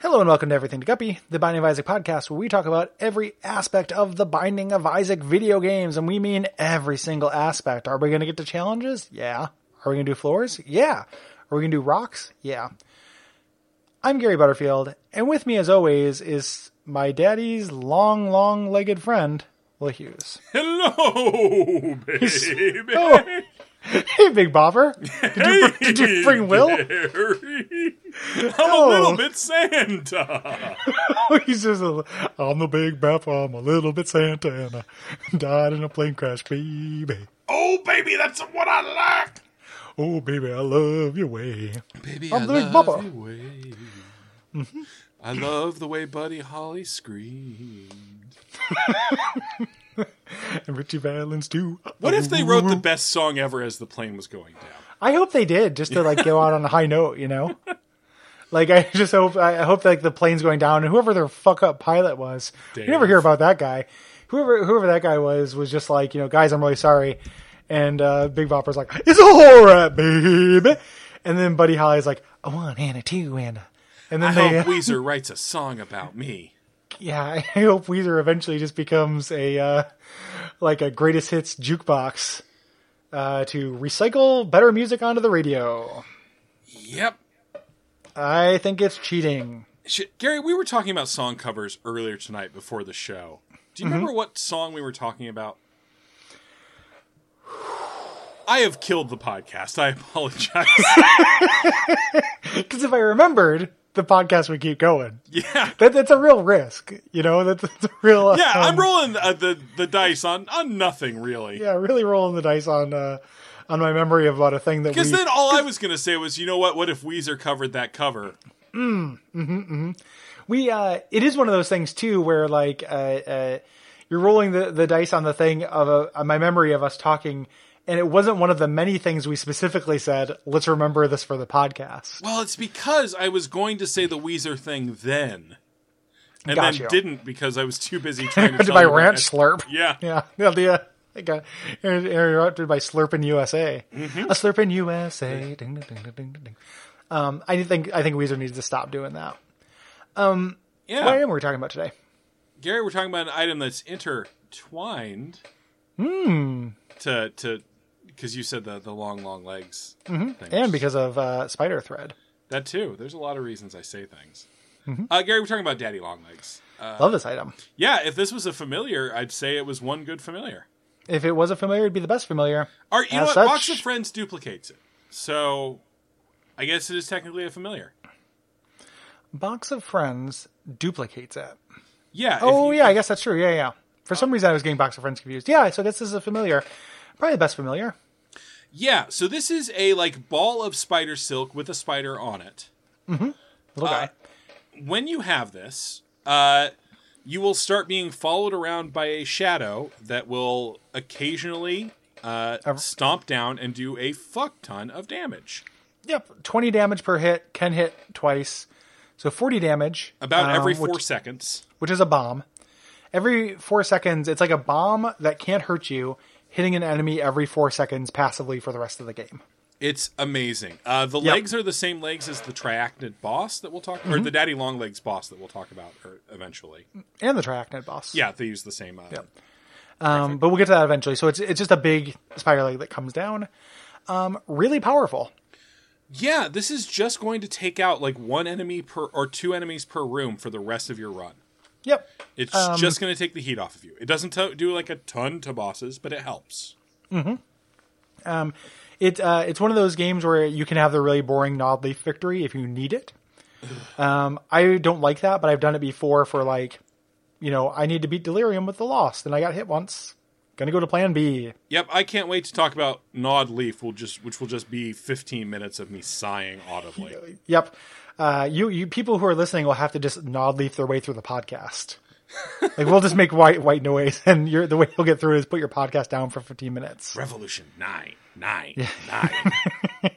Hello and welcome to Everything to Guppy, the Binding of Isaac podcast, where we talk about every aspect of the Binding of Isaac video games, and we mean every single aspect. Are we going to get to challenges? Yeah. Are we going to do floors? Yeah. Are we going to do rocks? Yeah. I'm Gary Butterfield, and with me, as always, is my daddy's long, long-legged friend, Will Hughes. Hello, baby. Oh, hey, Big Bopper! Did you, br- did you bring Will? Gary. I'm Oh. a little bit Santa. He's just a, I'm the Big Bopper. I'm a little bit Santa, and I died in a plane crash, baby. Oh, baby, that's what I like. Oh, baby, I love your way. Baby, I'm I the big love Bubba. the way. I love the way Buddy Holly screamed. And Richie Valens, too. What if they wrote the best song ever as the plane was going down? I hope they did, just to, like, go out on a high note, you know? Like, I just hope, I hope, like, the plane's going down, and whoever their fuck up pilot was, you never Dave. hear about that guy. Whoever, whoever that guy was, was just like, you know, guys, I'm really sorry. And, uh, Big Bopper's like, it's all right, babe. And then Buddy Holly's like, a one and a two and a. And then I they, hope Weezer writes a song about me. yeah, I hope Weezer eventually just becomes a uh, like a greatest hits jukebox uh, to recycle better music onto the radio. Yep. I think it's cheating. Shit, Gary, we were talking about song covers earlier tonight before the show. Do Mm-hmm. you remember what song we were talking about? I have killed the podcast. I apologize. Because if I remembered, the podcast would keep going. yeah. That, that's a real risk, you know. That's, that's a real. Yeah, um, I'm rolling uh, the the dice on on nothing really. Yeah, really rolling the dice on uh, on my memory about a thing that we. Cuz then all I was going to say was, you know what? What if Weezer covered that cover? we uh it is one of those things too where like uh, uh you're rolling the, the dice on the thing of a, on my memory of us talking and it wasn't one of the many things we specifically said let's remember this for the podcast Well, it's because I was going to say the Weezer thing then. And Gotcha. then didn't because I was too busy trying to interrupted tell by you what rant that- slurp Yeah. yeah yeah the uh, I got inter- interrupted by slurping usa Mm-hmm. a slurping usa ding, ding, ding, ding, ding, ding. um i think i think weezer needs to stop doing that Yeah. what item were we talking about today Gary, we're talking about an item that's intertwined. Hmm. To to because you said the the long long legs thing. Mm-hmm. and because of uh spider thread that too. There's a lot of reasons I say things. Mm-hmm. Uh, Gary, we're talking about daddy long legs. love this item Yeah, if this was a familiar, I'd say it was one good familiar. if it was a familiar it'd be the best familiar Or you know As what? such- Box of Friends duplicates it, so I guess it is technically a familiar. Box of Friends duplicates it. Yeah. if Oh you- yeah, I guess that's true. Yeah, yeah. For some reason, I was getting Box of Friends confused. Yeah, so I guess this is a familiar, probably the best familiar. Yeah. So this is a like ball of spider silk with a spider on it. Little guy. when you have this, uh, you will start being followed around by a shadow that will occasionally uh, stomp down and do a fuck ton of damage. Yep, twenty damage per hit. Can hit twice, so forty damage. About um, every which- four seconds. which is a bomb. Every four seconds, it's like a bomb that can't hurt you, hitting an enemy every four seconds passively for the rest of the game. It's amazing. Uh, the legs are the same legs as the triacnid boss that we'll talk Mm-hmm. or the daddy long legs boss that we'll talk about er, eventually. And the Triacnid boss. Yeah, they use the same. Uh, Um, but we'll get to that eventually. So it's it's just a big spider leg that comes down. Um, really powerful. Yeah, this is just going to take out like one enemy per or two enemies per room for the rest of your run. Yep. It's Um, just going to take the heat off of you. It doesn't to do like a ton to bosses, but it helps. It uh, it's one of those games where you can have the really boring nod leaf victory if you need it. Um, I don't like that, but I've done it before for like, you know, I need to beat Delirium with the Lost, and I got hit once. Gonna go to Plan B. Yep, I can't wait to talk about Nod Leaf. Will just which will just be 15 minutes of me sighing audibly. Yep. Uh, you you people who are listening will have to just nod leaf their way through the podcast. like we'll just make white white noise, and you're, the way you'll get through it is put your podcast down for 15 minutes. Revolution nine, nine, nine,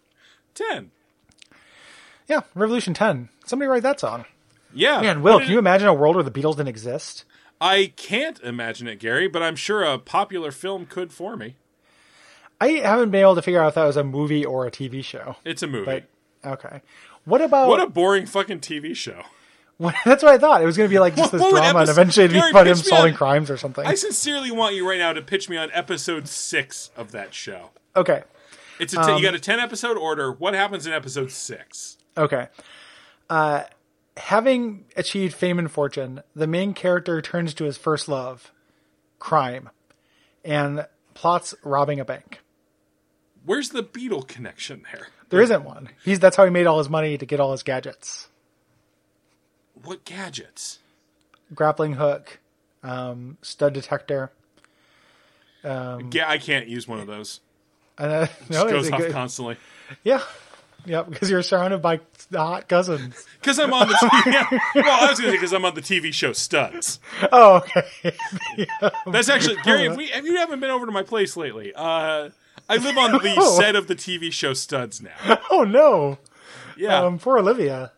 ten. Yeah, Revolution 10. Somebody write that song. Yeah, Man, Will, What can did- you imagine a world where the Beatles didn't exist? I can't imagine it, Gary, but I'm sure a popular film could for me. I haven't been able to figure out if that was a movie or a TV show. It's a movie. But Okay. What about What a boring fucking TV show. that's what I thought. It was going to be like just What- this what would drama, and episode- eventually it'd be Gary, about him pitch me solving on- crimes or something. I sincerely want you right now to pitch me on episode six of that show. okay, It's a t- you Um, got a ten episode order. What happens in episode six? okay. Uh, having achieved fame and fortune, the main character turns to his first love, crime, and plots robbing a bank. Where's the beetle connection there? There isn't one. He's that's how he made all his money to get all his gadgets: What gadgets? grappling hook, um, stud detector. Yeah, I can't use one of those. And, uh, no, It it's goes a off good- constantly yeah, yeah, because you're surrounded by hot cousins. because I'm on the. yeah, well, I was gonna say because I'm on the TV show Studs. Oh, okay. Oh, That's actually Gary. If, we, if you haven't been over to my place lately, uh, I live on the Oh. set of the TV show Studs now. Oh no. Yeah. Um, poor Olivia.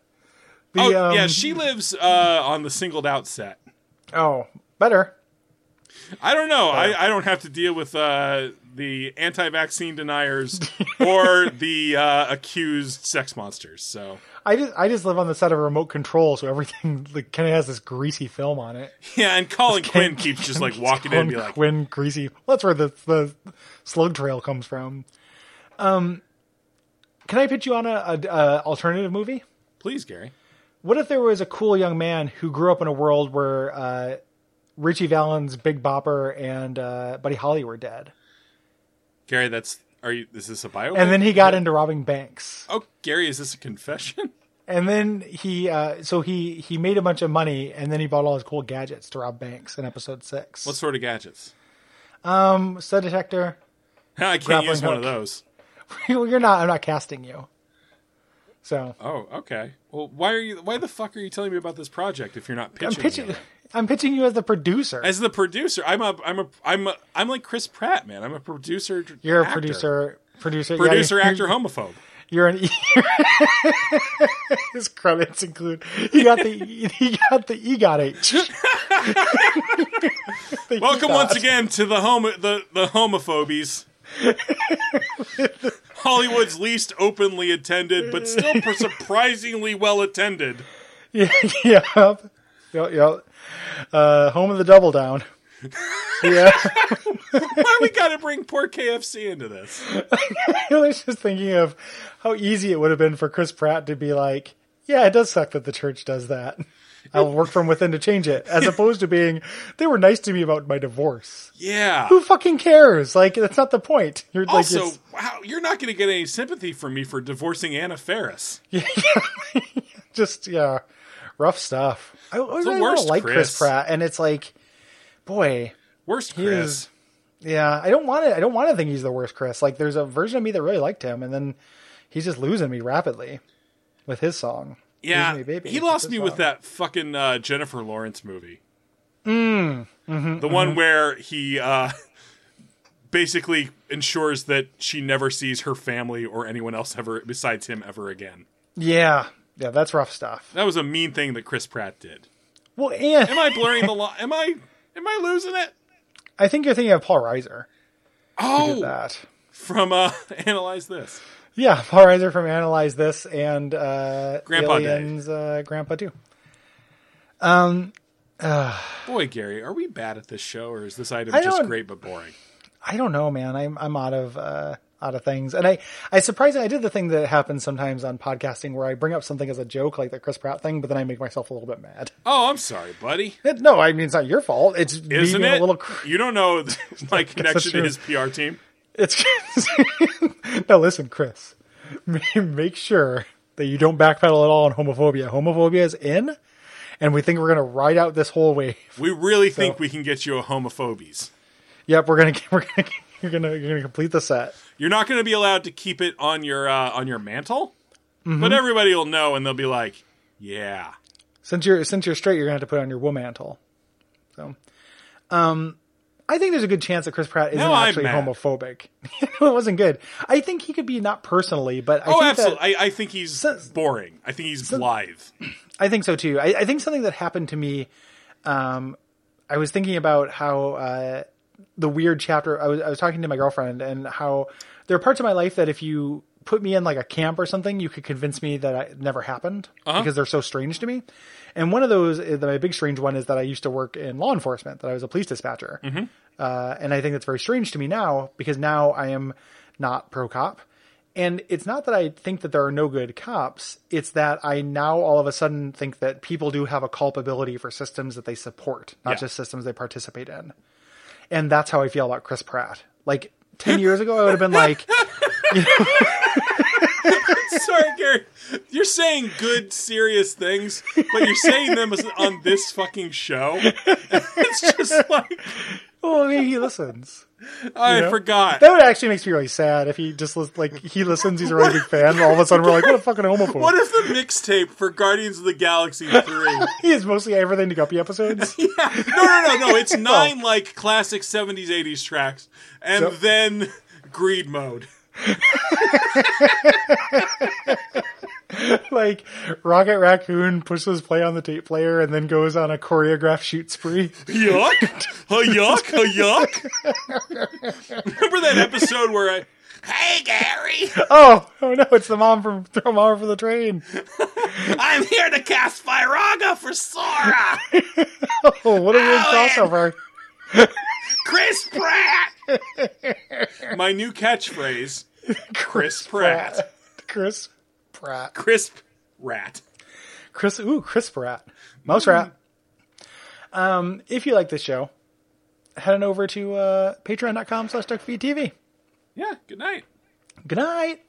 The, oh, yeah. um, She lives uh, on the singled out set. Oh, better. I don't know. Uh, I, I don't have to deal with uh, the anti-vaccine deniers or the uh, accused sex monsters. So I just I just live on the set of a remote control, so everything like kind of has this greasy film on it. yeah, and Colin Quinn keeps just like walking in and be Quinn- like, Quinn greasy. Well, that's where the the slug trail comes from. Um, can I pitch you on a, a, a alternative movie? "Please, Gary." What if there was a cool young man who grew up in a world where uh, Richie Valens, Big Bopper, and uh, Buddy Holly were dead, Gary, that's are you? Is this a bio? and then he got into robbing banks? Oh, Gary, is this a confession? And then he, uh, so he he made a bunch of money, and then he bought all his cool gadgets to rob banks in episode six. What sort of gadgets? um, stud detector? I can't Grappling use one of hook. those. You're not. I'm not casting you. So Oh, okay. Well, why are you? Why the fuck are you telling me about this project if you're not pitching? I'm me pitching. on it? I'm pitching you as the producer. As the producer, I'm a, I'm a, I'm a, I'm like Chris Pratt, man. I'm a producer. you're a actor. producer. Producer. yeah, producer, you're- actor, homophobe. You're an. His credits include he got the he got the EGOT H. The Welcome EGOT. once again to the home the the homophobies. Hollywood's least openly attended, but still per- surprisingly well attended. Yeah, yep. Yep, yep. Uh, home of the double down. Yeah. Why we got to bring poor KFC into this? I was just thinking of how easy it would have been for Chris Pratt to be like, yeah, it does suck that the church does that. I'll work from within to change it, as opposed to being, they were nice to me about my divorce. Yeah. Who fucking cares? Like, that's not the point. You're like, Also, it's- wow, you're not going to get any sympathy from me for divorcing Anna Ferris. just, yeah, rough stuff. I, I really worst, don't like Chris. Chris. Pratt, and it's like, boy, Worst he Chris. is. Yeah, I don't want to. I don't want to think he's the worst Chris. Like, there's a version of me that really liked him, and then he's just losing me rapidly with his song. yeah, Lose Me, Baby. he It's lost his me with song. that fucking uh, Jennifer Lawrence movie. mm-hmm, Mm, the one where he uh, basically ensures that she never sees her family or anyone else ever besides him ever again. Yeah, yeah, that's rough stuff. That was a mean thing that Chris Pratt did. Well, and Am I blurring the line? Am I am I losing it? I think you're thinking of Paul Reiser. Oh, That. from uh, analyze this. Yeah, Paul Reiser from Analyze This and uh, Grandpa Dave. Aliens, Uh, Grandpa too. Boy, Gary, are we bad at this show, or is this item I just don't- great but boring? I don't know, man. I'm I'm out of uh, out of things, and I I surprised I did the thing that happens sometimes on podcasting where I bring up something as a joke, like the Chris Pratt thing, but then I make myself a little bit mad. Oh, I'm sorry, buddy. It- no, I mean it's not your fault. It's me Isn't being it? a little. Cr- You don't know th- my connection to true. his PR team. It's now listen, Chris. ma- Make sure that you don't backpedal at all on homophobia. Homophobia is in, and we think we're gonna ride out this whole wave. We really think we can get you a homophobies. Yep, we're gonna we're gonna you're gonna you're gonna complete the set. You're not going to be allowed to keep it on your uh, on your mantle, Mm-hmm. but everybody will know, and they'll be like, "Yeah, Since you're since you're straight, you're gonna have to put on your womantle. So, um, I think there's a good chance that Chris Pratt isn't Now I'm actually mad. homophobic. it wasn't good. I think he could be not personally, but I oh, think absolutely." That, I, I think he's Since- boring. I think he's blithe. I think so too. I, I think something that happened to me, um, I was thinking about how uh, the weird chapter. I was I was talking to my girlfriend and how there are parts of my life that if you put me in like a camp or something, you could convince me that I, it never happened Uh-huh. because they're so strange to me. And one of those, is- my big strange one, is that I used to work in law enforcement, that I was a police dispatcher. Uh, and I think that's very strange to me now because now I am not pro cop. And it's not that I think that there are no good cops, it's that I now all of a sudden think that people do have a culpability for systems that they support, not Yeah. just systems they participate in. And that's how I feel about Chris Pratt. Like 10 years ago, I would have been like, Sorry, Gary. You're saying good, serious things, but you're saying them as- on this fucking show. It's just like oh, maybe he listens. I forgot. That would actually makes me really sad if he just lis- like he listens. He's a really big fan. And all of a sudden, we're like, what a fucking homophobe. What if the mixtape for Guardians of the Galaxy three? he is mostly everything to Guppy episodes. Yeah. No, no, no, no. It's nine like classic '70s, '80s tracks, and Yep. then greed mode. like Rocket Raccoon pushes play on the tape player and then goes on a choreographed shoot spree. Yuck! A yuck! A yuck! Remember that episode where I, hey Gary, Oh, oh no! It's the mom from the mom from the train. I'm here to cast Viraga for Sora. Oh, what a weird Alan! crossover! Chris Pratt. My new catchphrase: Chris Pratt. Chris Pratt. Chris Rat. Chris. Ooh, Chris Pratt. Mouse Rat. Um, if you like this show, head on over to uh, patreon.com slash duckfeedtv. Yeah. Good night. Good night.